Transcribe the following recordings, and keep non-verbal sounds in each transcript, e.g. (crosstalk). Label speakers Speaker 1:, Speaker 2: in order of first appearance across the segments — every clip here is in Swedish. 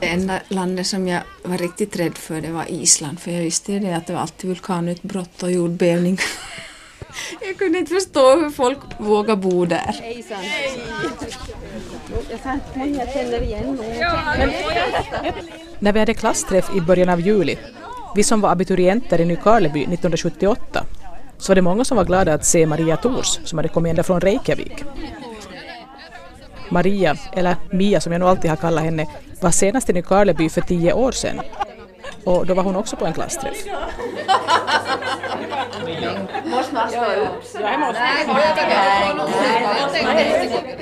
Speaker 1: Det enda landet som jag var riktigt rädd för det var Island för jag visste ju det att det var alltid vulkanutbrott och jordbävning. (laughs) jag kunde inte förstå hur folk vågar bo där.
Speaker 2: Hejsan! Jag fann hon jag känner igen mig.
Speaker 3: När vi hade klassträff i början av juli, vi som var abiturienter i Nykarleby 1978, så var det många som var glada att se Maria Tors som hade kommit ända från Reykjavik. Maria, eller Mia som jag nog alltid har kallat henne, var senast i Nykarleby för tio år sedan. Och då var hon också på en klassträff.
Speaker 1: Måste man stå upp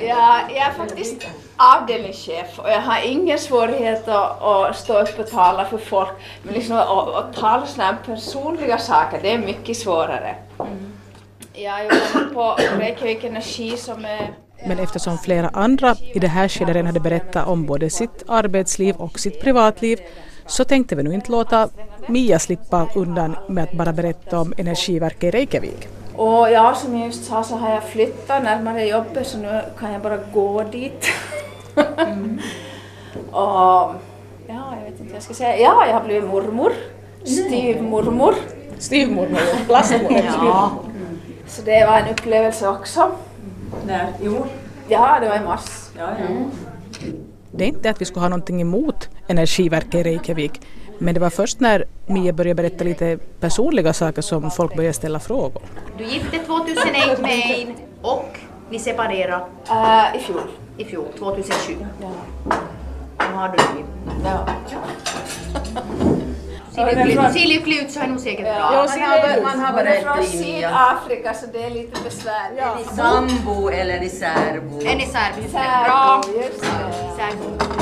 Speaker 1: Ja, jag är faktiskt avdelningschef och jag har ingen svårighet att, att stå upp och tala för folk. Men liksom att, att tala sådana här personliga saker, det är mycket svårare. Jag jobbar på Reykjavik Energi som är
Speaker 3: Men eftersom flera andra i det här skedet redan hade berättat om både sitt arbetsliv och sitt privatliv så tänkte vi nu inte låta Mia slippa undan med att bara berätta om Energiverket i Reykjavik.
Speaker 1: Och ja, som jag just sa så har jag flyttat närmare jobbet så nu kan jag bara gå dit.
Speaker 4: Mm.
Speaker 1: (laughs) och ja, jag vet inte vad jag ska säga. Ja, jag har blivit mormor. Styvmormor.
Speaker 3: Styvmormor och (laughs) plastmormor.
Speaker 1: Ja. Så det var en upplevelse också.
Speaker 4: Nej, jo.
Speaker 1: Ja, det var i mars.
Speaker 4: Ja, ja.
Speaker 3: Det är inte att vi skulle ha någonting emot Energiverket i Reykjavik, men det var först när Mia började berätta lite personliga saker som folk började ställa frågor.
Speaker 5: Du gifte 2001 med en och ni separerade
Speaker 1: Eh, I fjol.
Speaker 5: i fjol, 2007.
Speaker 1: Ja.
Speaker 5: Nu har du ju.
Speaker 1: (laughs) Ja.
Speaker 5: Ser lycklig ut- Ser lycklig ut så är nog säkert bra.
Speaker 4: Man har, man har
Speaker 1: Hon är från
Speaker 4: berättat Mia.
Speaker 1: Sydafrika så det är lite besvärligt.
Speaker 4: Är ni sambo eller är ni särbo?
Speaker 5: Är ni särbo?
Speaker 1: Bra. Just det.
Speaker 5: Särbo.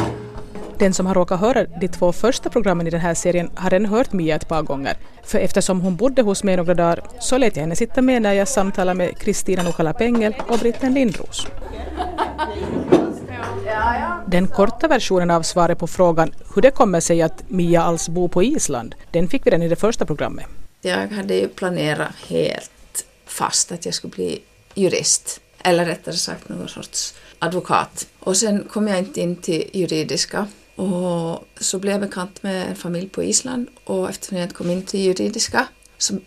Speaker 3: Den som har råkat höra de två första programmen i den här serien har redan hört Mia ett par gånger. För eftersom hon bodde hos mig några dagar så lät jag henne sitta med när jag samtalade med Kristina Nokala Pengel och Britten Lindros. Den korta versionen av svaret på frågan hur det kommer sig att Mia alls bor på Island, den fick vi redan i det första programmet.
Speaker 1: Jag hade ju planerat helt fast att jag skulle bli jurist, eller rättare sagt någon sorts advokat. Och sen kom jag inte in till juridiska och så blev jag bekant med en familj på Island och eftersom jag inte kom in till juridiska så eh,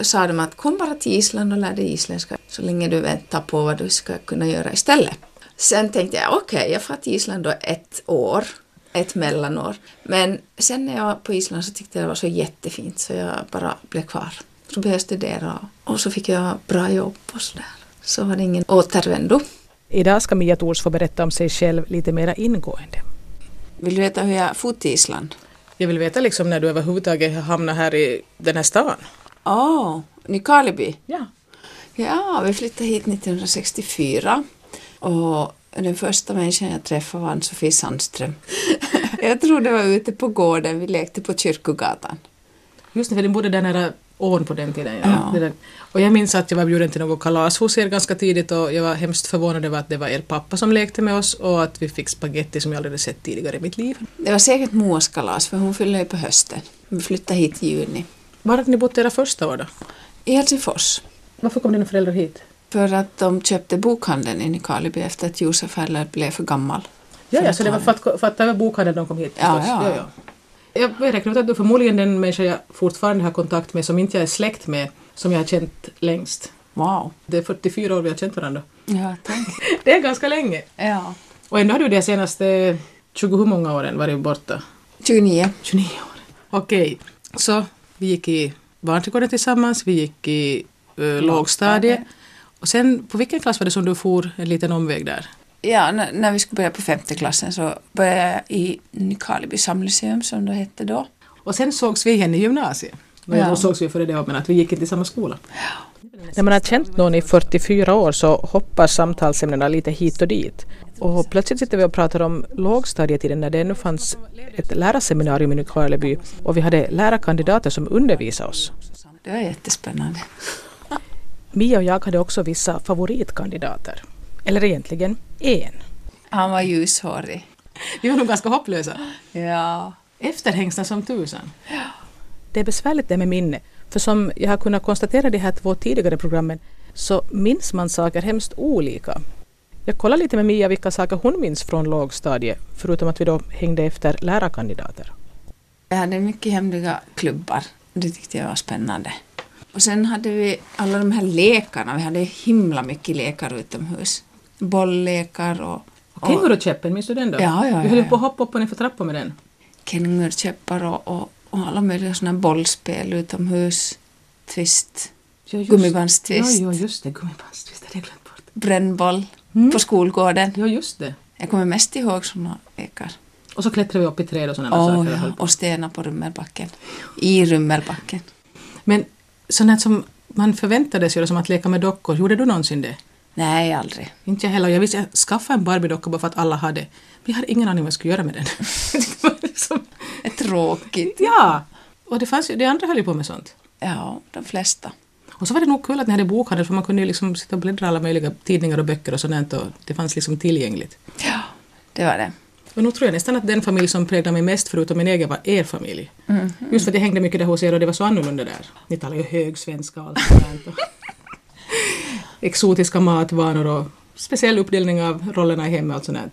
Speaker 1: sa de att kom bara till Island och lär dig isländska så länge du väntar på vad du ska kunna göra istället. Sen tänkte jag okej, jag får till Island då ett år ett mellanår. Men sen när jag var på Island så tyckte jag det var så jättefint så jag bara blev kvar. Så började jag studera och så fick jag bra jobb och sådär. Så var det ingen återvändo.
Speaker 3: Idag ska Mia Thors få berätta om sig själv lite mera ingående.
Speaker 1: Vill du veta hur jag for till Island?
Speaker 3: Jag vill veta liksom när du överhuvudtaget hamnade här i den här stan.
Speaker 1: Åh, oh, Nykarleby.
Speaker 3: Ja.
Speaker 1: Ja, vi flyttade hit 1964 och den första människan jag träffade var Ann-Sofie (laughs) Sandström. jag tror det var ute på gården, vi lekte på Kyrkogatan.
Speaker 3: Just det, för den bodde där nära ån på den tiden. Ja.
Speaker 1: Ja.
Speaker 3: Det där. Och jag minns att jag var bjuden till något kalas hos er ganska tidigt och jag var hemskt förvånad över att det var er pappa som lekte med oss och att vi fick spaghetti som jag aldrig hade sett tidigare i mitt liv.
Speaker 1: Det var säkert Moas kalas för hon fyller ju på hösten. Vi flyttade hit i juni.
Speaker 3: Var hade ni bott era första år då?
Speaker 1: I Helsingfors.
Speaker 3: Varför kom dina föräldrar hit?
Speaker 1: För att de köpte bokhandeln i Nykarleby efter att Josef Herler blev för gammal.
Speaker 3: Ja, ja, så det var för att, för att ta över bokhandeln de kom hit
Speaker 1: Ja,
Speaker 3: förstås.
Speaker 1: ja.
Speaker 3: Jag börjar räkna ut att du är förmodligen den människa jag fortfarande har kontakt med som inte jag är släkt med, som jag har känt längst.
Speaker 1: Wow.
Speaker 3: Det är 44 år vi har känt varandra. (laughs)
Speaker 1: Ja, tänk.
Speaker 3: Det är ganska länge.
Speaker 1: Ja.
Speaker 3: Och ändå har du de senaste 20 hur många åren varit borta?
Speaker 1: 29.
Speaker 3: 29 år. Okej, så vi gick i barnträdgården tillsammans, vi gick i uh, lågstadiet. Och sen, på vilken klass var det som du for en liten omväg där?
Speaker 1: Ja, när, när vi skulle börja på femte klassen så började jag i Nykarleby samlyceum som det hette då.
Speaker 3: Och sen sågs vi igen i gymnasiet. Men
Speaker 1: Ja.
Speaker 3: då sågs vi före det men att vi gick inte i samma skola. När man har känt någon i 44 år så hoppar samtalsämnena lite hit och dit. Och plötsligt sitter vi och pratar om lågstadietiden när det ännu fanns ett lärarseminarium i Nykarleby och vi hade lärarkandidater som undervisade oss.
Speaker 1: Det var jättespännande.
Speaker 3: Mia och jag hade också vissa favoritkandidater. Eller egentligen en.
Speaker 1: Han var ljushårig.
Speaker 3: Vi var nog ganska hopplösa.
Speaker 1: Ja.
Speaker 3: Efterhängsna som tusan. Det är besvärligt det med minne. För som jag har kunnat konstatera i de här två tidigare programmen så minns man saker hemskt olika. Jag kollade lite med Mia vilka saker hon minns från lågstadiet, förutom att vi då hängde efter lärarkandidater.
Speaker 1: Jag hade mycket hemliga klubbar. Det tyckte jag var spännande. Och sen hade vi alla de här lekarna. Vi hade himla mycket lekar utomhus. Bolllekar och, och
Speaker 3: Kängurutkäppen, minns du den då?
Speaker 1: Ja, ja, ja,
Speaker 3: Vi höll ju
Speaker 1: ja.
Speaker 3: på att hoppa upp och ner för trappor med den.
Speaker 1: kängurkäppar och, och, och alla möjliga sådana bollspel utomhus. Twist,
Speaker 3: Ja, just-
Speaker 1: Gummibandstvist.
Speaker 3: Ja, ja, just det. Gummibandstvist hade jag glömt bort.
Speaker 1: brännboll
Speaker 3: Mm.
Speaker 1: på skolgården.
Speaker 3: Ja, just det.
Speaker 1: Jag kommer mest ihåg sådana lekar.
Speaker 3: Och så klättrade vi upp i träd och sådana
Speaker 1: Oh,
Speaker 3: saker. och höll
Speaker 1: ja.
Speaker 3: på.
Speaker 1: Och stenar på Rummelbacken. I Rummelbacken.
Speaker 3: Men sånt som man förväntades göra, som att leka med dockor, gjorde du någonsin det?
Speaker 1: Nej, aldrig.
Speaker 3: Inte jag heller. Jag visste, jag skaffade en Barbie-docka bara för att alla hade. Vi hade ingen aning vad jag skulle göra med den. (laughs) Det var liksom,
Speaker 1: Det är Tråkigt.
Speaker 3: ja! Och det, fanns ju, det andra höll ju på med sånt.
Speaker 1: Ja, de flesta.
Speaker 3: Och så var det nog kul att ni hade bokhandel för man kunde ju liksom sitta och bläddra i alla möjliga tidningar och böcker och sånt där, och det fanns liksom tillgängligt.
Speaker 1: Ja, det var det.
Speaker 3: Och nog tror jag nästan att den familj som präglade mig mest förutom min egen var er familj. Just för att jag hängde mycket där hos er och det var så annorlunda där. Ni talade ju hög svenska och allt sånt där. och (laughs) Exotiska matvanor och speciell uppdelning av rollerna i hemmet och allt sånt där.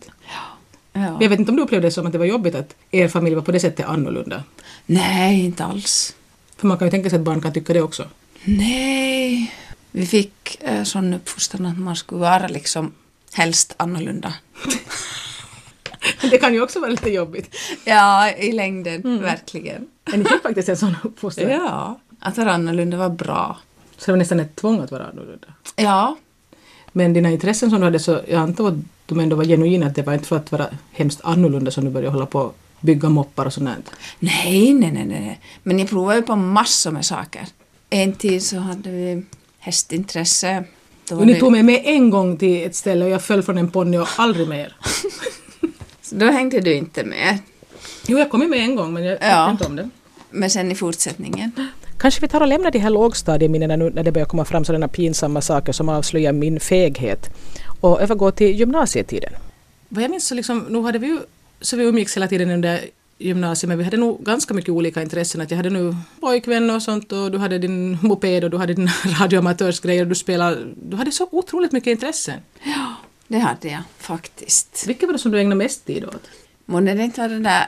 Speaker 1: Ja.
Speaker 3: Jag vet inte om du upplevde det som att det var jobbigt att er familj var på det sättet annorlunda.
Speaker 1: Nej, inte alls.
Speaker 3: För man kan ju tänka sig att barn kan tycka det också. (laughs)
Speaker 1: Nej. Vi fick eh, sån uppfostran att man skulle vara liksom helst annorlunda.
Speaker 3: Det kan ju också vara lite jobbigt.
Speaker 1: (laughs) Ja, i längden, verkligen.
Speaker 3: Men ni fick faktiskt en sån uppfostran.
Speaker 1: Ja, att vara annorlunda var bra.
Speaker 3: Så det var nästan ett tvång att vara annorlunda.
Speaker 1: Ja,
Speaker 3: Men dina intressen som du hade, så jag antar att de ändå var genuina, att det var inte för att vara hemskt annorlunda som du började hålla på och bygga moppar och sånt där.
Speaker 1: Nej, nej, nej, nej. nej. Men jag provade ju på massor med saker. En tid så hade vi hästintresse. Då var
Speaker 3: Och ni
Speaker 1: det,
Speaker 3: tog mig med en gång till ett ställe och jag föll från en ponny och aldrig mer.
Speaker 1: så då hängde du inte med.
Speaker 3: Jo, jag kom ju med en gång men jag tyckte
Speaker 1: Ja.
Speaker 3: inte om det.
Speaker 1: Men sen i fortsättningen.
Speaker 3: Kanske vi tar och lämnar de här lågstadieminnena nu när det börjar komma fram sådana pinsamma saker som avslöjar min feghet och övergår till gymnasietiden. Vad jag minns så liksom, nog hade vi ju, så vi umgicks hela tiden under gymnasiet men vi hade nog ganska mycket olika intressen. Att jag hade nu pojkvän och sånt och du hade din (laughs) moped och du hade dina radioamatörsgrejer och du spelade. Du hade så otroligt mycket intressen.
Speaker 1: Ja, det hade jag faktiskt.
Speaker 3: Vilket var det som du ägnade mest tid åt?
Speaker 1: Månne det inte var den där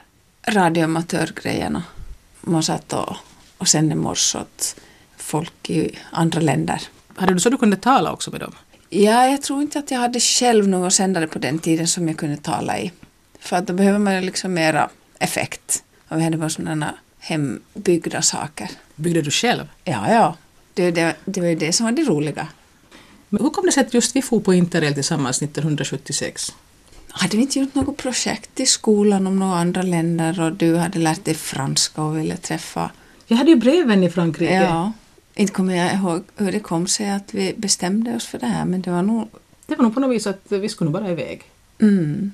Speaker 1: radioamatörgrejerna. Man satt och, och sände morse åt folk i andra länder.
Speaker 3: Hade du så du kunde tala också med dem?
Speaker 1: Ja, jag tror inte att jag hade själv någon sändare på den tiden som jag kunde tala i. För att då behöver man ju liksom mera effekt. Och vi hade bara sådana hembyggda saker.
Speaker 3: Byggde du själv?
Speaker 1: Ja, ja. Det, det, det var ju det som var det roliga.
Speaker 3: Men hur kom det sig att just vi for på Interrail tillsammans 1976?
Speaker 1: Hade vi inte gjort något projekt i skolan om några andra länder och du hade lärt dig franska och ville träffa...
Speaker 3: Jag hade ju breven i Frankrike.
Speaker 1: Ja. Inte kommer jag ihåg hur det kom sig att vi bestämde oss för det här, men det var nog...
Speaker 3: Det var nog på något vis att vi skulle nog bara iväg.
Speaker 1: Mm.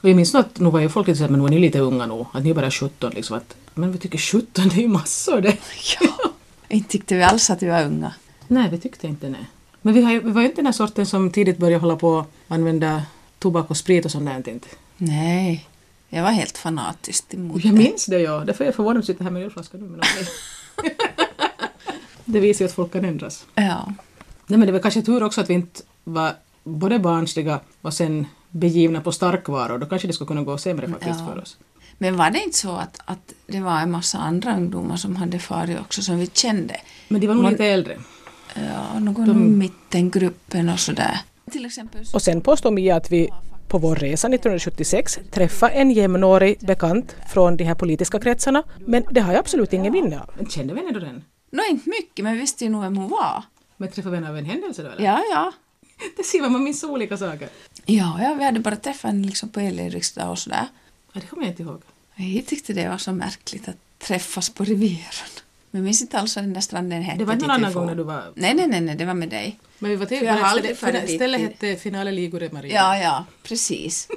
Speaker 3: Och jag minns nog att nog var ju folk lite såhär, men nu är ni lite unga nog, att ni är bara 17 liksom. Att, men vi tycker 17, det är ju massor det. (laughs)
Speaker 1: Ja. (laughs) inte tyckte vi alls att vi var unga.
Speaker 3: nej, vi tyckte inte nej. Men vi, har, ju- vi var ju inte den här sorten som tidigt började hålla på och använda tobak och sprit och sånt där inte.
Speaker 1: Nej, jag var helt fanatiskt
Speaker 3: Och
Speaker 1: emot
Speaker 3: jag
Speaker 1: det.
Speaker 3: minns det ja, därför är jag förvånad att sitta här med en ölflaska nu. Men okej. (laughs) det visar ju att folk kan ändras.
Speaker 1: Ja.
Speaker 3: Nej men det var kanske tur också att vi inte var både barnsliga och sen begivna på starkvaror. Då kanske det skulle kunna gå sämre faktiskt
Speaker 1: Ja.
Speaker 3: för oss.
Speaker 1: Men var det inte så att, att det var en massa andra ungdomar som hade farit också som vi kände?
Speaker 3: Men de var nog
Speaker 1: Man-
Speaker 3: lite äldre.
Speaker 1: Ja, någon i mittengruppen och sådär. Till exempel så...
Speaker 3: Och sen påstår Mia att vi på vår resa 1976 träffade en jämnårig bekant från de här politiska kretsarna. Men det har jag absolut ingen minne av. Men kände vi henne då den?
Speaker 1: Nå, inte mycket, men vi visste ju nog vem hon var.
Speaker 3: Men träffade vi henne av en händelse då eller?
Speaker 1: Ja, ja.
Speaker 3: (laughs) Det ser man, man minns så olika saker.
Speaker 1: Ja, ja, vi hade bara träffat henne liksom på Ellerikstad och sådär.
Speaker 3: Ja, det kommer jag inte ihåg.
Speaker 1: Jag tyckte det var så märkligt att träffas på reviren. Men jag minns inte alls vad den där stranden hette.
Speaker 3: Det var inte någon
Speaker 1: dit vi
Speaker 3: annan gång
Speaker 1: for.
Speaker 3: när du var-
Speaker 1: Nej, nej, nej, nej, det var med dig.
Speaker 3: Men vi var till,
Speaker 1: För jag har
Speaker 3: för
Speaker 1: aldrig farit
Speaker 3: stället,
Speaker 1: dit
Speaker 3: stället
Speaker 1: i-
Speaker 3: hette Finale Ligure Maria.
Speaker 1: Ja, ja, precis.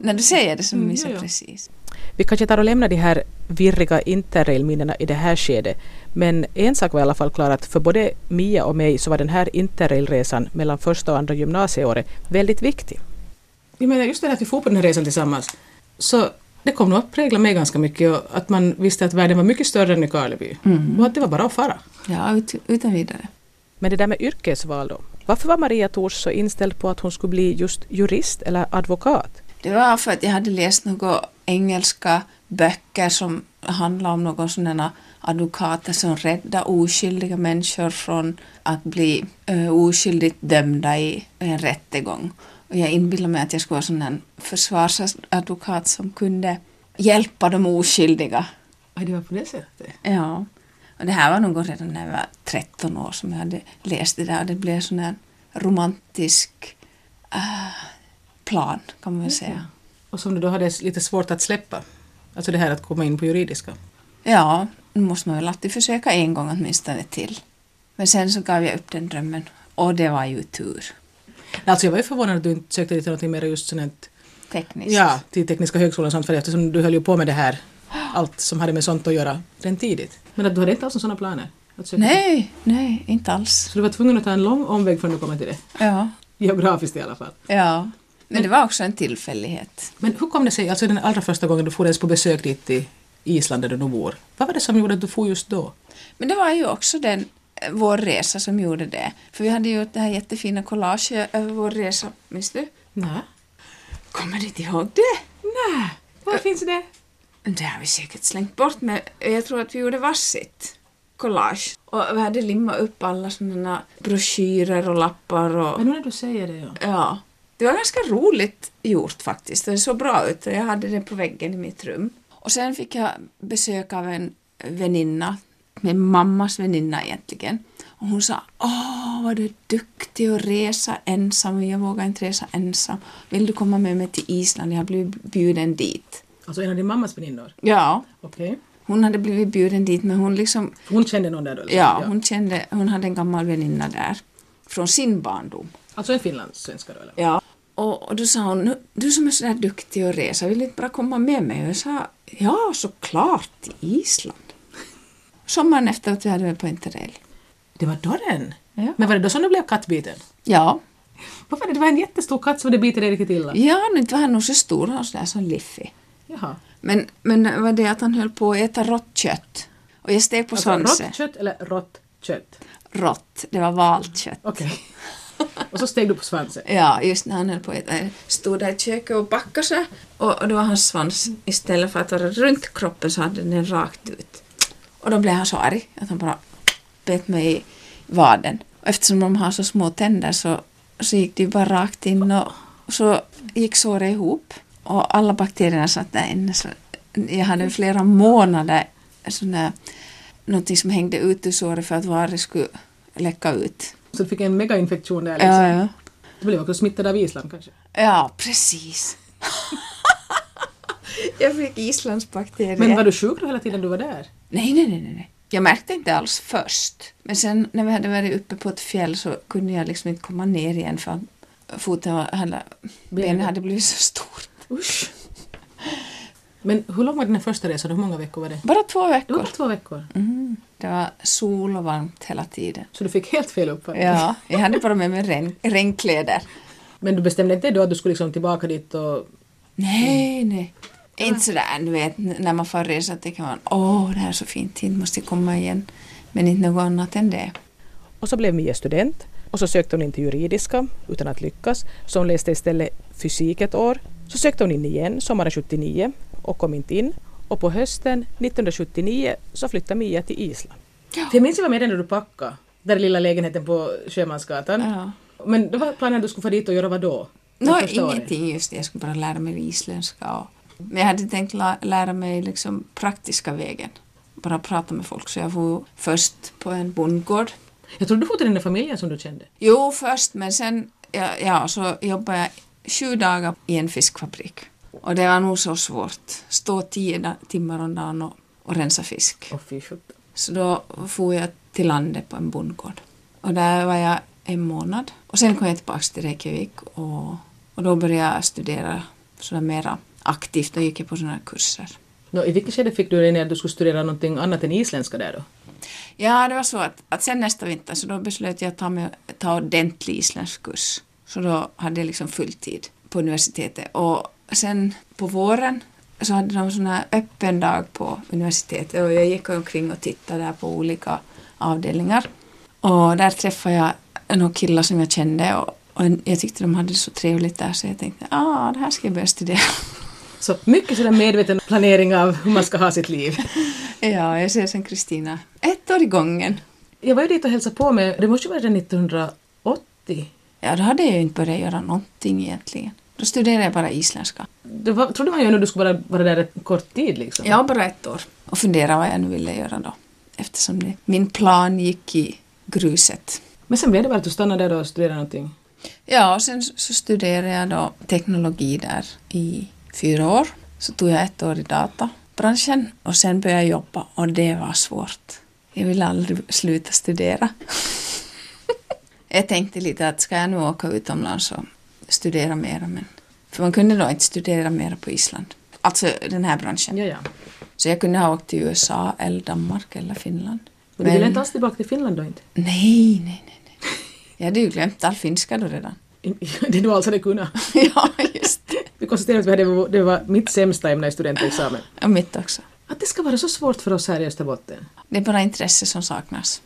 Speaker 1: När du säger det så minns
Speaker 3: Mm,
Speaker 1: jag
Speaker 3: ja, ja.
Speaker 1: precis.
Speaker 3: Vi kanske tar och lämnar de här virriga interrailminnena i det här skedet. Men en sak var i alla fall klar att för både Mia och mig så var den här interrailresan mellan första och andra gymnasieåret väldigt viktig. Jag menar just det här att vi får på den här resan tillsammans. Så det kom nog att prägla mig ganska mycket och att man visste att världen var mycket större än Nykarleby. Och att det var bara att fara.
Speaker 1: Ja, ut, utan vidare.
Speaker 3: Men det där med yrkesval då? Varför var Maria Thors så inställd på att hon skulle bli just jurist eller advokat?
Speaker 1: Det var för att jag hade läst några engelska böcker som handlar om någon sådana advokater som räddar oskyldiga människor från att bli eh, oskyldigt dömda i en rättegång. Och jag inbillade mig att jag skulle vara sån en försvarsadvokat som kunde hjälpa de oskyldiga.
Speaker 6: Ja, det var på det sättet.
Speaker 1: Ja. Och det här var nog redan när jag var 13 år som jag hade läst det där och det blev sån här romantisk eh, plan kan man väl säga.
Speaker 6: Och som du då hade lite svårt att släppa. Alltså det här att komma in på juridiska.
Speaker 1: Ja, nu måste man väl alltid försöka en gång åtminstone till. Men sen så gav jag upp den drömmen och det var ju tur.
Speaker 6: Alltså jag var ju förvånad att du inte sökte dig till något mer just sånt här-
Speaker 1: Tekniskt.
Speaker 6: ja, till Tekniska högskolan och sånt för eftersom du höll ju på med det här, allt som hade med sånt att göra, redan tidigt. Men att du hade inte alls några sådana planer? Att söka till-
Speaker 1: Nej, nej, inte alls.
Speaker 6: Så du var tvungen att ta en lång omväg förrän du kom till det?
Speaker 1: Ja,
Speaker 6: Geografiskt i alla fall.
Speaker 1: ja. Men det var också en tillfällighet.
Speaker 6: Men hur kom det sig, alltså den allra första gången du for ens på besök dit till Island där du nu bor, vad var det som gjorde att du for just då?
Speaker 1: Men det var ju också den, eh, vår resa som gjorde det. För vi hade gjort det här jättefina collaget över vår resa, minns du?
Speaker 6: Nej.
Speaker 1: Kommer du inte ihåg det?
Speaker 6: Nej. Var finns det?
Speaker 1: Det har vi säkert slängt bort, men jag tror att vi gjorde varsitt collage. Och vi hade limmat upp alla sådana broschyrer och lappar och...
Speaker 6: Men nu när du säger det ja.
Speaker 1: Ja. Det var ganska roligt gjort faktiskt. Det såg bra ut och jag hade det på väggen i mitt rum. Och sen fick jag besök av en väninna, min mammas väninna egentligen. Och hon sa Åh, vad du är duktig att resa ensam. Jag vågar inte resa ensam. Vill du komma med mig till Island? Jag har blivit bjuden dit.
Speaker 6: Alltså en av din mammas väninnor?
Speaker 1: Ja,
Speaker 6: Okej.
Speaker 1: hon hade blivit bjuden dit men hon liksom
Speaker 6: Hon kände någon där då? liksom?
Speaker 1: Ja, hon kände, hon hade en gammal väninna där från sin barndom.
Speaker 6: Alltså en finlandssvenska då eller?
Speaker 1: Ja. Och, och då sa hon, "Nu, du som är så där duktig att resa, vill du inte bara komma med mig? Och jag sa, ja såklart till Island. (laughs) Sommaren efter att vi hade varit på Interrail.
Speaker 6: Det var då den?
Speaker 1: Ja.
Speaker 6: Men var det då som du blev kattbiten?
Speaker 1: Ja,
Speaker 6: Varför det? Det var en jättestor katt som hade bitit dig riktigt illa.
Speaker 1: ja nu inte var han nog så stor, han var sådär som Liffy.
Speaker 6: Jaha.
Speaker 1: Men, men det var det att han höll på att äta rått kött. Och jag steg på
Speaker 6: Alltså
Speaker 1: svansen.
Speaker 6: rått kött eller rått kött?
Speaker 1: Rått, det var valt kött.
Speaker 6: Okej. (laughs) Och så steg du på svansen.
Speaker 1: Ja, just när han höll på att äta. Jag Stod där i köket och backade så här. och, och då var hans svans, istället för att vara runt kroppen så hade den rakt ut. Och då blev han så arg att han bara bet mig i vaden. Och eftersom de har så små tänder så, så gick det ju bara rakt in och, och så gick såret ihop. Och alla bakterierna satt där inne. Så jag hade i flera månader sån där, någonting som hängde ut ur såret för att varet skulle läcka ut.
Speaker 6: Så du fick en megainfektion där liksom.
Speaker 1: Ja, ja.
Speaker 6: Du blev också smittad av Island kanske?
Speaker 1: Ja, precis. (laughs) jag fick islandsbakterier.
Speaker 6: Men var du sjuk då hela tiden du var där?
Speaker 1: Nej, nej, nej, nej, nej. Jag märkte inte alls först. Men sen när vi hade varit uppe på ett fjäll så kunde jag liksom inte komma ner igen för foten var, hade, benen hade blivit så stort.
Speaker 6: Usch! Men hur lång var den här första resan? Hur många veckor var det?
Speaker 1: Bara två
Speaker 6: Det var
Speaker 1: veckor.
Speaker 6: bara två veckor.
Speaker 1: Mm. Det var sol och varmt hela tiden.
Speaker 6: Så du fick helt fel uppfattning.
Speaker 1: Ja, jag hade bara med mig regn, regnkläder.
Speaker 6: Men du bestämde inte då att du skulle liksom tillbaka dit och...
Speaker 1: Nej, nej. Inte sådär, du vet, n- när man får resa att det kan man, åh, det här är så fint, hit måste jag komma igen. Men inte något annat än det.
Speaker 3: Och så blev Mia student och så sökte hon in till juridiska utan att lyckas. Så hon läste istället fysik ett år. Så sökte hon in igen sommaren 79 och kom inte in. Och på hösten 1979 så flyttade Mia till Island.
Speaker 6: För jag minns jag var med dig när du packade. Där i lilla lägenheten på Sjömansgatan.
Speaker 1: Ja.
Speaker 6: Men då var planen att du skulle få dit och göra vad då? Det
Speaker 1: Nå,
Speaker 6: första året.
Speaker 1: ingenting just det, jag skulle bara lära mig isländska. Och, men jag hade tänkt la, lära mig liksom praktiska vägen. Bara prata med folk, så jag var först på en bondgård.
Speaker 6: Jag trodde du for till den där familjen som du kände.
Speaker 1: Jo, först, men sen ja, ja, så jobbade jag sju dagar i en fiskfabrik. Och det var nog så svårt. Stå tio da- timmar om dagen och, och rensa fisk.
Speaker 6: Åh fy sjutton.
Speaker 1: Så då for jag till landet på en bondgård. Och där var jag en månad. Och sen kom jag tillbaka till Reykjavik och, och då började jag studera sådär mera aktivt och gick jag på sådana här kurser.
Speaker 6: Nå, I vilket skede fick du dig när du skulle studera någonting annat än isländska där då?
Speaker 1: Ja, det var så att, att sen nästa vinter så då beslöt jag att ta, med, ta ordentlig isländsk kurs. Så då hade jag liksom fulltid på universitetet. Och sen på våren så hade de sån här öppen dag på universitetet och jag gick omkring och tittade där på olika avdelningar. Och där träffade jag några killar som jag kände och, och en- jag tyckte de hade det så trevligt där så jag tänkte ah, det här ska jag börja studera. (laughs)
Speaker 6: Så mycket sådär medveten planering av hur man ska ha sitt liv.
Speaker 1: ja, jag ser sen Kristina ett år i gången.
Speaker 6: Jag var ju dit och hälsade på med, det måste ju vara redan 1980.
Speaker 1: Ja, då hade jag ju inte börjat göra någonting egentligen. Då studerade jag bara isländska.
Speaker 6: Det var, trodde man ju ändå du skulle vara, vara där en kort tid liksom.
Speaker 1: Ja, bara ett år. Och fundera vad jag nu ville göra då. Eftersom det, min plan gick i gruset.
Speaker 6: Men sen blev det bara att du stannade där då och studerade någonting.
Speaker 1: Ja, och sen så studerade jag då teknologi där i fyra år. Så tog jag ett år i databranschen och sen började jag jobba och det var svårt. Jag ville aldrig sluta studera. (laughs) jag tänkte lite att ska jag nu åka utomlands och studera mera men för man kunde då inte studera mera på Island. Alltså den här branschen.
Speaker 6: Ja, ja.
Speaker 1: Så jag kunde ha åkt till USA eller Danmark eller Finland.
Speaker 6: Men du ville inte alls tillbaka till Finland då inte?
Speaker 1: Nej, nej, nej, nej. Jag hade ju glömt all finska då redan. (laughs)
Speaker 6: (laughs) Det du alls hade (laughs) kunnat.
Speaker 1: ja, just det.
Speaker 6: Vi konstaterade att vi hade, det var mitt sämsta ämne i studentexamen.
Speaker 1: Och mitt också.
Speaker 6: Att det ska vara så svårt för oss här i Österbotten.
Speaker 1: Det är bara intresse som saknas.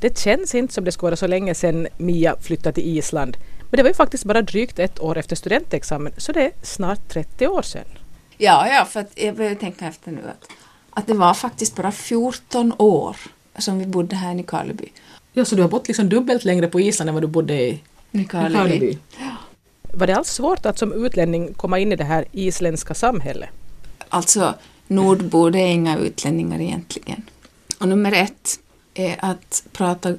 Speaker 3: Det känns inte som det skulle vara så länge sedan Mia flyttade till Island. Men det var ju faktiskt bara drygt ett år efter studentexamen, så det är snart 30 år sedan.
Speaker 1: Ja, ja, för att jag behöver tänka efter nu att, att det var faktiskt bara 14 år som vi bodde här i Nykarleby.
Speaker 6: Ja, så du har bott liksom dubbelt längre på Island än vad du bodde i
Speaker 1: Nykarleby.
Speaker 6: Karleby.
Speaker 3: Var det alls svårt att som utlänning komma in i det här isländska samhället?
Speaker 1: Alltså, nordbor, det är inga utlänningar egentligen. Och nummer ett är att prata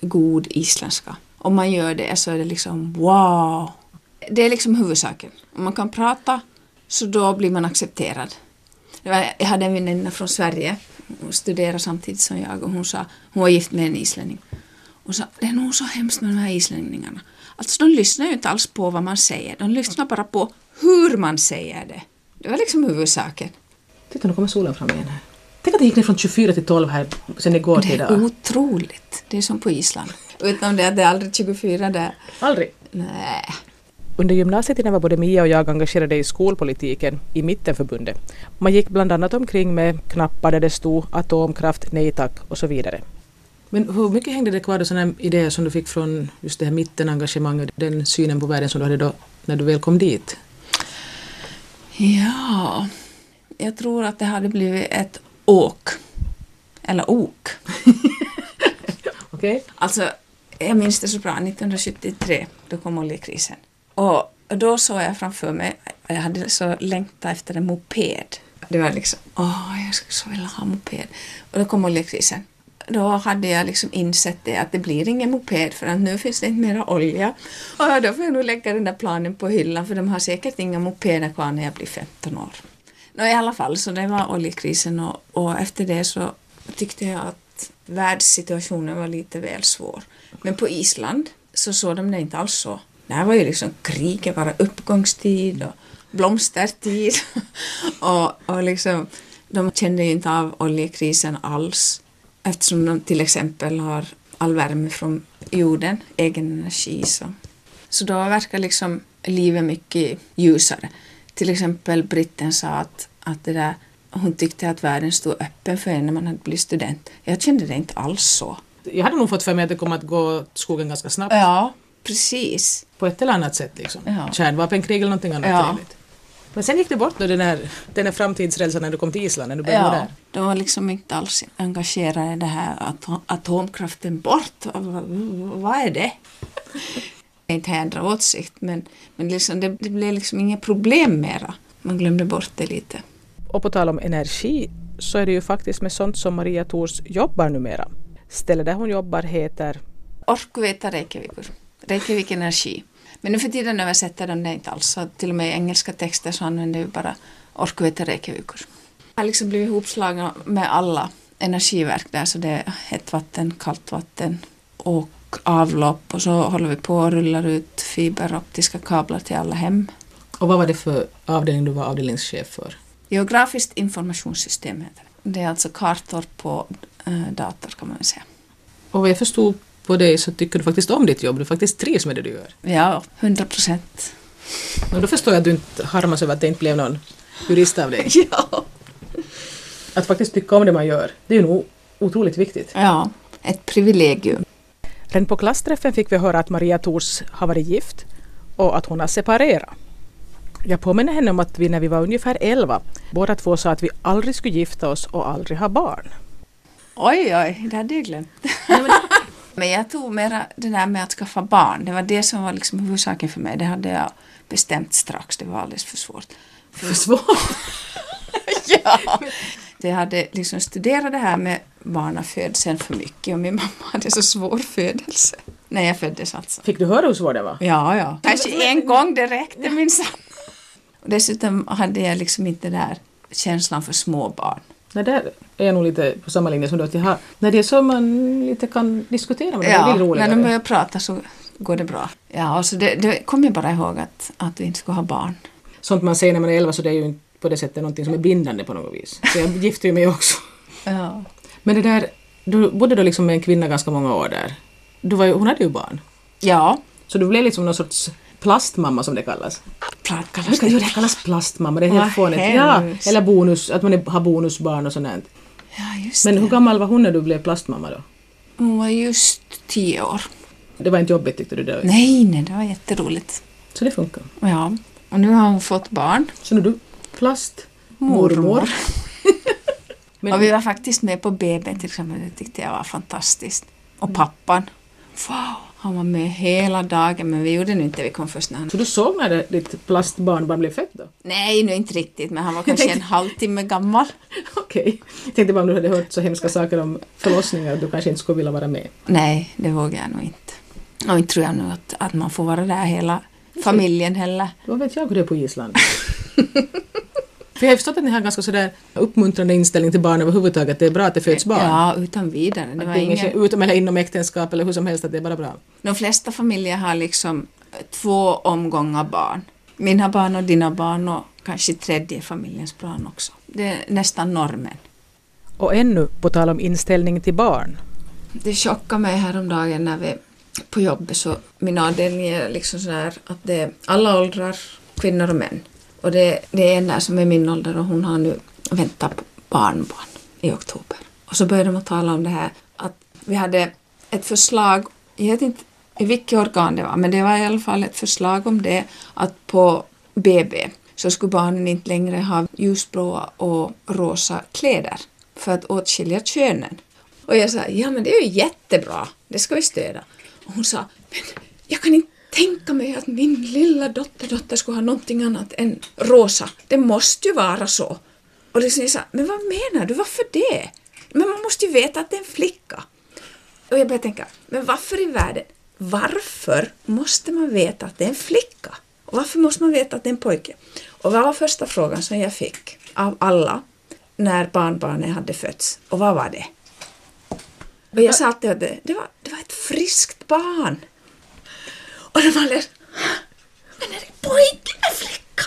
Speaker 1: god isländska. Om man gör det så är det liksom wow. Det är liksom huvudsaken. Om man kan prata så då blir man accepterad. Det var, jag hade en väninna från Sverige, hon studerade samtidigt som jag och hon sa, hon var gift med en islänning. Hon sa, det är nog så hemskt med de här islänningarna. Alltså de lyssnar ju inte alls på vad man säger, de lyssnar bara på hur man säger det. Det var liksom huvudsaken.
Speaker 6: Titta, nu kommer solen fram igen här. Tänk att det gick ner från 24 till 12 här sen igår till
Speaker 1: Det är
Speaker 6: idag.
Speaker 1: otroligt. Det är som på Island. Utom det att det är aldrig 24 där.
Speaker 6: Aldrig.
Speaker 1: Nej.
Speaker 3: Under gymnasietiden var både Mia och jag engagerade i skolpolitiken i Mittenförbundet. Man gick bland annat omkring med knappar där det stod atomkraft, nej tack och så vidare.
Speaker 6: Men hur mycket hängde det kvar då sådana idéer som du fick från just det här mittenengagemanget, den synen på världen som du hade då när du väl kom dit?
Speaker 1: Ja, jag tror att det hade blivit ett åk. Eller ok.
Speaker 6: Okej?
Speaker 1: Alltså, jag minns det så bra, 1973, då kom oljekrisen. Och då såg jag framför mig, jag hade så längtat efter en moped. Det var liksom, åh, jag skulle så vilja ha moped. Och då kom oljekrisen. Då hade jag liksom insett det att det blir ingen moped för att nu finns det inte mera olja. Och då får jag nog lägga den där planen på hyllan för de har säkert inga mopeder kvar när jag blir 15 år. Nå, I alla fall, så det var oljekrisen och, och efter det så tyckte jag att världssituationen var lite väl svår. Men på Island så såg de det inte alls så. Där var ju liksom kriget bara uppgångstid och blomstertid (laughs) och, och liksom de kände ju inte av oljekrisen alls eftersom de till exempel har all värme från jorden, egen energi. Så, så då verkar liksom livet mycket ljusare. Till exempel britten sa att, att det där, hon tyckte att världen stod öppen för en när man hade blivit student. Jag kände det inte alls så.
Speaker 6: Jag hade nog fått för mig att det kommer att gå åt skogen ganska snabbt
Speaker 1: Ja, precis.
Speaker 6: på ett eller annat sätt liksom.
Speaker 1: Ja.
Speaker 6: Kärnvapenkrig eller någonting annat
Speaker 1: Ja.
Speaker 6: trevligt. Men sen gick det bort då den här, den här framtidsrälsan när du kom till Island, när du började gå
Speaker 1: Ja,
Speaker 6: där.
Speaker 1: de var liksom inte alls engagerade i det här atom atomkraften bort. Vad- Vad är det? inte har ändrat åsikt men, men liksom, det, det blev liksom inga problem mera. Man glömde bort det lite.
Speaker 3: Och på tal om energi så är det ju faktiskt med sånt som Maria Thors jobbar numera. Stället där hon jobbar heter
Speaker 1: Orkuveta Reykjavikur. Reykjavik Energi. Men nu för tiden översätter de det inte alls. Så till och med i engelska texter så använder vi bara Orkuveta Reykjavikur. Jag har liksom blivit ihopslagna med alla energiverk där. Så det är hett vatten, kallt vatten och avlopp. Och så håller vi på och rullar ut fiberoptiska kablar till alla hem.
Speaker 6: Och vad var det för avdelning du var avdelningschef för?
Speaker 1: Geografiskt informationssystem heter det. Det är alltså kartor på eh, dator kan man väl säga.
Speaker 6: Och vad jag förstod på dig så tycker du faktiskt om ditt jobb, du faktiskt trivs med det du gör.
Speaker 1: Ja, 100 procent.
Speaker 6: Men då förstår jag att du inte harmas över att det inte blev någon jurist av
Speaker 1: (laughs)
Speaker 6: dig. ja. Att faktiskt tycka om det man gör, det är ju nog otroligt viktigt.
Speaker 1: Ja, ett privilegium.
Speaker 7: Redan på klassträffen fick vi höra att Maria Thors har varit gift och att hon har separerat. Jag påminner henne om att vi när vi var ungefär 11 båda två sa att vi aldrig skulle gifta oss och aldrig ha barn.
Speaker 8: Oj, oj, det hade jag glömt.
Speaker 1: Men jag tog mera det där med att skaffa barn. Det var det som var liksom huvudsaken för mig. Det hade jag bestämt strax. Det var alldeles för svårt.
Speaker 8: (laughs)
Speaker 3: För svårt.
Speaker 1: ja. Jag hade liksom studerat det här med barnafödseln för mycket och min mamma hade så svår födelse när jag föddes alltså.
Speaker 3: Fick du höra hur svårt det var?
Speaker 1: Ja, ja. Kanske en gång det
Speaker 8: (laughs)
Speaker 1: räckte minsann. Och Dessutom hade jag liksom inte den där känslan för småbarn.
Speaker 3: Nej, där är jag nog lite på samma linje som du. Att jag har, när det är så man lite kan diskutera med det
Speaker 1: Ja,
Speaker 3: blir roligare.
Speaker 1: när de börjar prata så går det bra. Ja, alltså det, det kom jag bara ihåg att, att vi inte skulle ha barn.
Speaker 3: Sånt man säger när man är 11 så det är ju inte på det sättet någonting som är bindande på något vis. Så jag gifte ju mig också.
Speaker 1: Ja.
Speaker 3: (laughs) Men det där, du bodde då liksom med en kvinna ganska många år där. Du var ju, hon hade ju barn.
Speaker 1: Ja.
Speaker 3: Så du blev liksom någon sorts plastmamma som det kallas.
Speaker 1: Plankar
Speaker 3: Hur ska jo, det kallas plastmamma, det är helt
Speaker 1: Vad
Speaker 3: fånigt. Ja,
Speaker 1: hemskt.
Speaker 3: eller bonus, att man är, har bonusbarn och sånt där.
Speaker 1: Ja, just
Speaker 3: Men
Speaker 1: det.
Speaker 3: hur gammal var hon när du blev plastmamma då?
Speaker 1: Hon var just tio år.
Speaker 3: Det var inte jobbigt tyckte du? Det var-
Speaker 1: Nej, nej, det var jätteroligt.
Speaker 3: Så det funkar.
Speaker 1: Ja, och nu har hon fått barn.
Speaker 3: Så nu är du plastmormor. Men-
Speaker 1: Och vi var faktiskt med på BB till exempel, det tyckte jag var fantastiskt. Och pappan, wow, han var med hela dagen men vi gjorde nu inte, vi kom först när han...
Speaker 3: Så du såg när det, ditt plastbarnbarn blev fött då?
Speaker 1: Nej, nu inte riktigt, men han var kanske en halvtimme gammal.
Speaker 3: Okej. Jag tänkte bara om du hade hört så hemska saker om förlossningar att du kanske inte skulle vilja vara med.
Speaker 1: Nej, det vågar jag nog inte. Och inte tror jag nog att, att man får vara där hela familjen heller.
Speaker 3: Vad vet jag hur det är på Island? (laughs) För jag har förstått att ni har ganska sådär uppmuntrande inställning till barn överhuvudtaget, att det är bra att det föds barn.
Speaker 1: Ja, utan vidare. Det var
Speaker 3: det är inget
Speaker 1: ingen...
Speaker 3: utom eller inom äktenskap eller hur som helst, att det är bara bra.
Speaker 1: De flesta familjer har liksom två omgångar barn. Mina barn och dina barn och kanske tredje familjens barn också. Det är nästan normen.
Speaker 7: Och ännu, på tal om inställning till barn.
Speaker 1: Det chockade mig häromdagen när vi på jobbet så min avdelning är liksom sån här att det är alla åldrar, kvinnor och män. Och det, det är en där som är min ålder och hon har nu väntat på barnbarn i oktober. Och så började de att tala om det här att vi hade ett förslag, jag vet inte i vilket organ det var, men det var i alla fall ett förslag om det att på BB så skulle barnen inte längre ha ljusblåa och rosa kläder för att åtskilja könen. Och jag sa, ja men det är ju jättebra, det ska vi stödja. Och hon sa, men jag kan inte tänka mig att min lilla dotterdotter skulle ha någonting annat än rosa. Det måste ju vara så. Och liksom jag sa, men vad menar du, varför det? Men man måste ju veta att det är en flicka. Och jag började tänka, men varför i världen, varför måste man veta att det är en flicka? Och varför måste man veta att det är en pojke? Och vad var första frågan som jag fick av alla när barnbarnet hade fötts? Och vad var det? Och jag sa alltid att det, det, var, det var ett friskt barn. Och de alla men är det pojke eller flicka?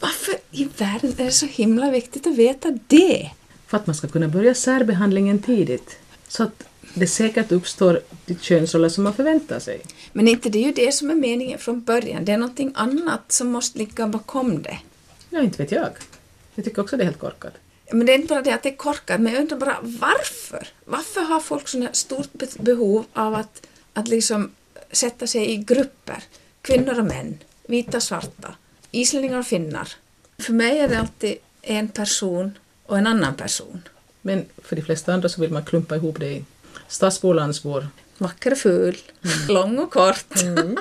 Speaker 1: Varför i världen är det så himla viktigt att veta det?
Speaker 3: För att man ska kunna börja särbehandlingen tidigt. Så att det säkert uppstår de könsroller som man förväntar sig.
Speaker 1: Men inte det är ju det som är meningen från början. Det är någonting annat som måste ligga bakom det.
Speaker 3: Ja, inte vet jag. Jag tycker också det är helt korkat.
Speaker 1: Men det är inte bara det att det är korkat, men jag undrar bara varför? Varför har folk så stort be- behov av att, att liksom sätta sig i grupper? Kvinnor och män, vita och svarta, islänningar och finnar. För mig är det alltid en person och en annan person.
Speaker 3: Men för de flesta andra så vill man klumpa ihop det i stadsbor, landsbor.
Speaker 1: Vacker och ful, lång och kort. Mm.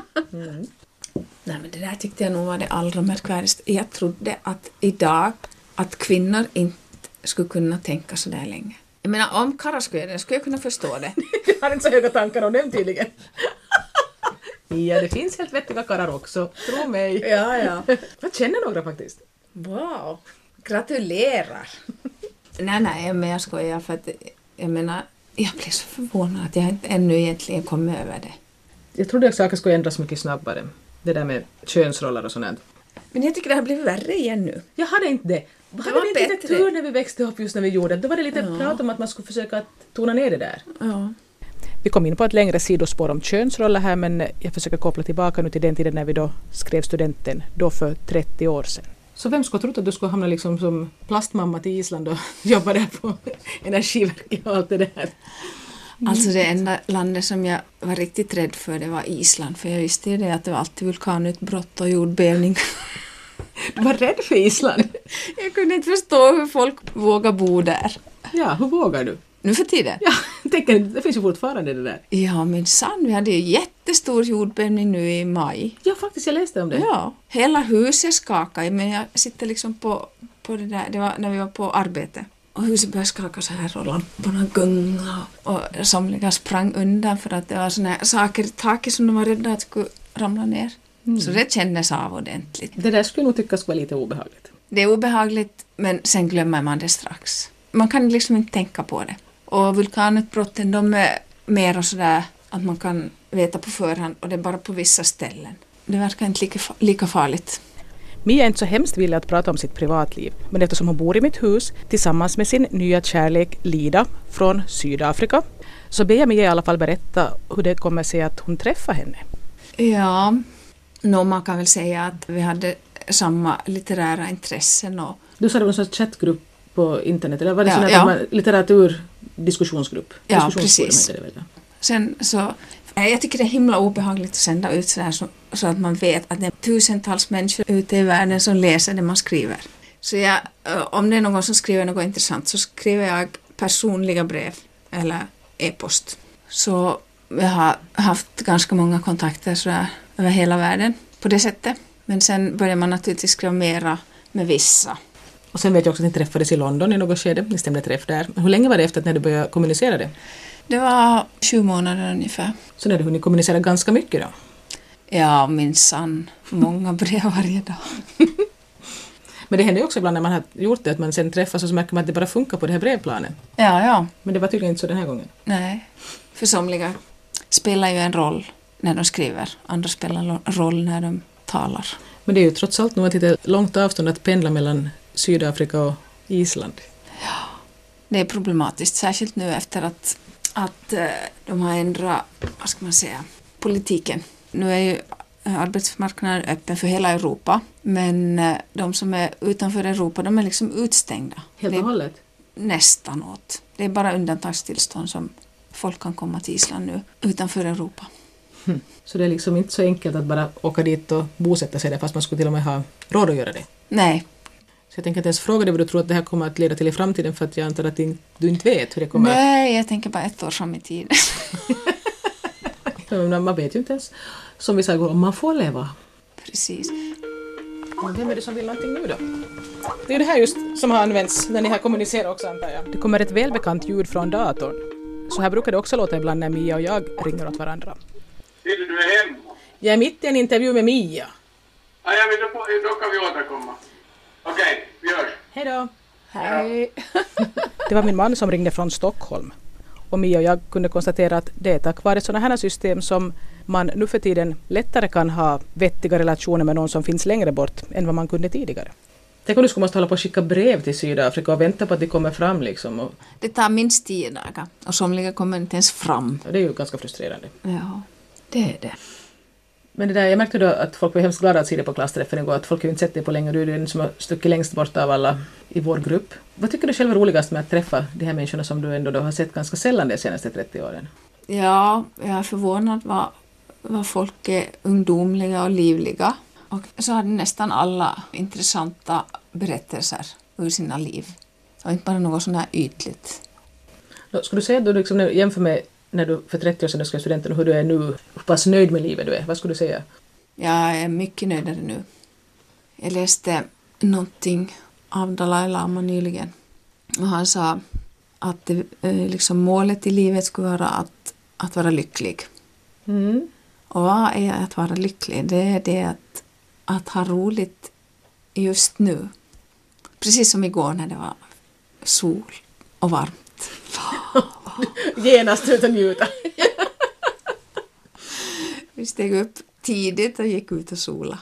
Speaker 1: Nej, men det där tyckte jag nog var det allra märkvärdigaste. Jag trodde att idag, att kvinnor inte skulle kunna tänka så där länge. Jag menar, om karlar skulle göra det, skulle jag kunna förstå det.
Speaker 3: (laughs) Jag har inte så höga tankar om dem tydligen. (laughs) Ja, det finns helt vettiga karlar också. Tro mig.
Speaker 1: (laughs) Ja, ja.
Speaker 3: Jag känner några faktiskt.
Speaker 1: Wow! Gratulerar! nej, nej, men jag skojar för att jag menar, jag blev så förvånad att jag inte ännu egentligen kom över det.
Speaker 3: Jag trodde att saker skulle ändras mycket snabbare. Det där med könsroller och sånt. där.
Speaker 1: Men jag tycker det har blivit värre igen nu.
Speaker 3: Jag hade inte det. Hade
Speaker 1: var
Speaker 3: vi inte lite
Speaker 1: bättre.
Speaker 3: tur när vi växte upp just när vi gjorde det? Då var det lite prat om att man skulle försöka att tona ner det där.
Speaker 1: Ja.
Speaker 7: Vi kom in på ett längre sidospår om könsroller här men jag försöker koppla tillbaka nu till den tiden när vi då skrev studenten, då för 30 år sedan.
Speaker 3: Så vem skulle ha trott att du skulle hamna liksom (laughs) som plastmamma till Island och jobba där på energiverket och allt det där?
Speaker 1: Alltså det enda landet som jag var riktigt rädd för det var Island för jag visste ju det att det var alltid vulkanutbrott och jordbävning. (laughs)
Speaker 3: Du var rädd
Speaker 7: (laughs)
Speaker 3: för Island?
Speaker 1: Jag kunde inte förstå hur folk vågar bo där.
Speaker 3: Ja, hur vågar du?
Speaker 1: Nu för tiden.
Speaker 3: Ja, (laughs) jag tänker, det finns ju fortfarande det där.
Speaker 1: Ja men sann, vi hade ju jättestor jordbävning nu i maj.
Speaker 3: Ja, faktiskt, jag läste om det.
Speaker 1: Ja, hela huset skakade men jag sitter liksom på, på det där, det var när vi var på arbete. Och huset började skaka så här och lamporna gungade och och somliga sprang undan för att det var såna här saker i taket som de var rädda att skulle ramla ner. Så det kändes av ordentligt.
Speaker 3: Det där skulle jag nog tyckas vara lite obehagligt.
Speaker 1: Det är obehagligt men sen glömmer man det strax. Man kan liksom inte tänka på det. Och vulkanutbrotten de är mer och sådär att man kan veta på förhand och det är bara på vissa ställen. Det verkar inte lika, fa- lika farligt.
Speaker 9: Mia är inte så hemskt villig att prata om sitt privatliv, men eftersom hon bor i mitt hus tillsammans med sin nya kärlek Lida från Sydafrika så ber jag Mia i alla fall berätta hur det kommer sig att hon träffar henne.
Speaker 1: Ja, nå, man kan väl säga att vi hade samma litterära intressen och
Speaker 3: Du sa det var en sorts chattgrupp på internet, eller var det
Speaker 1: Ja,
Speaker 3: sån här
Speaker 1: ja.
Speaker 3: ja. litteraturdiskussionsgrupp?
Speaker 1: Ja,
Speaker 3: Diskussionsforum
Speaker 1: precis.
Speaker 3: heter det väl, ja.
Speaker 1: sen så Nej, jag tycker det är himla obehagligt att sända ut sådär så, så att man vet att det är tusentals människor ute i världen som läser det man skriver. Så jag, eh, om det är någon som skriver något intressant så skriver jag personliga brev eller e-post. Så jag har haft ganska många kontakter sådär över hela världen på det sättet. Men sen börjar man naturligtvis skriva mera med vissa.
Speaker 3: Och sen vet jag också att ni träffades i London i något skede, ni stämde träff där. Hur länge var det efter att när du började kommunicera det?
Speaker 1: Det var sju månader ungefär.
Speaker 3: Så när du hunnit kommunicera ganska mycket då?
Speaker 1: Ja, minsann. Många brev varje dag.
Speaker 3: Men det händer ju också ibland när man har gjort det att man sen träffas och så märker man att det bara funkar på det här brevplanet.
Speaker 1: Ja, ja.
Speaker 3: Men det var tydligen inte så den här gången.
Speaker 1: Nej. För somliga spelar ju en roll när de skriver, andra spelar en lo- roll när de talar.
Speaker 3: Men det är ju trots allt nog ett lite långt avstånd att pendla mellan Sydafrika och Island.
Speaker 1: Det är problematiskt, särskilt nu efter att, att eh, de har ändrat, vad ska man säga, politiken. Nu är ju eh, arbetsmarknaden öppen för hela Europa, men eh, de som är utanför Europa, de är liksom utstängda.
Speaker 3: Helt
Speaker 1: Det
Speaker 3: och
Speaker 1: är
Speaker 3: hållet.
Speaker 1: nästan åt. Det är bara undantagstillstånd som folk kan komma till Island nu, utanför Europa.
Speaker 3: Så det är liksom inte så enkelt att bara åka dit och bosätta sig där fast man skulle till och med ha råd att göra det.
Speaker 1: Nej,
Speaker 3: Så jag tänker inte ens fråga dig vad du tror att det här kommer att leda till i framtiden för att jag antar att din- du inte vet hur det kommer att...
Speaker 1: nej, jag tänker bara ett år fram i tiden. (laughs)
Speaker 3: Jag menar, Man vet ju inte ens. Som vi sa igår, om man får leva.
Speaker 1: Precis.
Speaker 3: Men vem är det som vill någonting nu då? Det är ju det här just som har använts när ni har kommunicerat också antar jag.
Speaker 9: Det kommer ett välbekant ljud från datorn. Så här brukar det också låta ibland när Mia och jag ringer åt varandra.
Speaker 10: Vill du hem?
Speaker 3: Jag är mitt i en intervju med Mia.
Speaker 10: Ja, ja, men då, får- då kan vi återkomma. Okej, vi hörs.
Speaker 3: Hej då!
Speaker 9: (laughs) Det var min man som ringde från Stockholm. Och Mia och jag kunde konstatera att det är tack vare sådana här system som man nu för tiden lättare kan ha vettiga relationer med någon som finns längre bort än vad man kunde tidigare.
Speaker 3: Tänk om du skulle måste hålla på och skicka brev till Sydafrika och vänta på att de kommer fram liksom. Och,
Speaker 1: Det tar minst tio dagar och somliga kommer inte ens fram.
Speaker 3: och det är ju ganska frustrerande.
Speaker 1: Ja, det är det.
Speaker 3: Men det där, jag märkte då att folk var hemskt glada att se dig på klassträffen igår, att folk har ju inte sett dig på länge. Du är ju den som har stuckit längst bort av alla i vår grupp. Vad tycker du själv är roligast med att träffa de här människorna som du ändå då har sett ganska sällan de senaste 30 åren?
Speaker 1: Ja, jag är förvånad vad, vad folk är ungdomliga och livliga. Och så hade nästan alla intressanta berättelser ur sina liv. Och inte bara något sånt här ytligt.
Speaker 3: Nå, Skulle du säga då, liksom, när- jämför med när du för 30 år sedan du skrev studenten och hur du är nu, hur pass nöjd med livet du är, vad skulle du säga?
Speaker 1: Jag är mycket nöjdare nu. Jag läste någonting av Dalai Lama nyligen och han sa att det, eh, liksom målet i livet skulle vara att, att vara lycklig. Och vad är att vara lycklig? Det är det att, att ha roligt just nu. Precis som igår när det var sol och varmt.
Speaker 3: Genast utan njuta!
Speaker 1: Vi steg upp tidigt och gick ut och sola.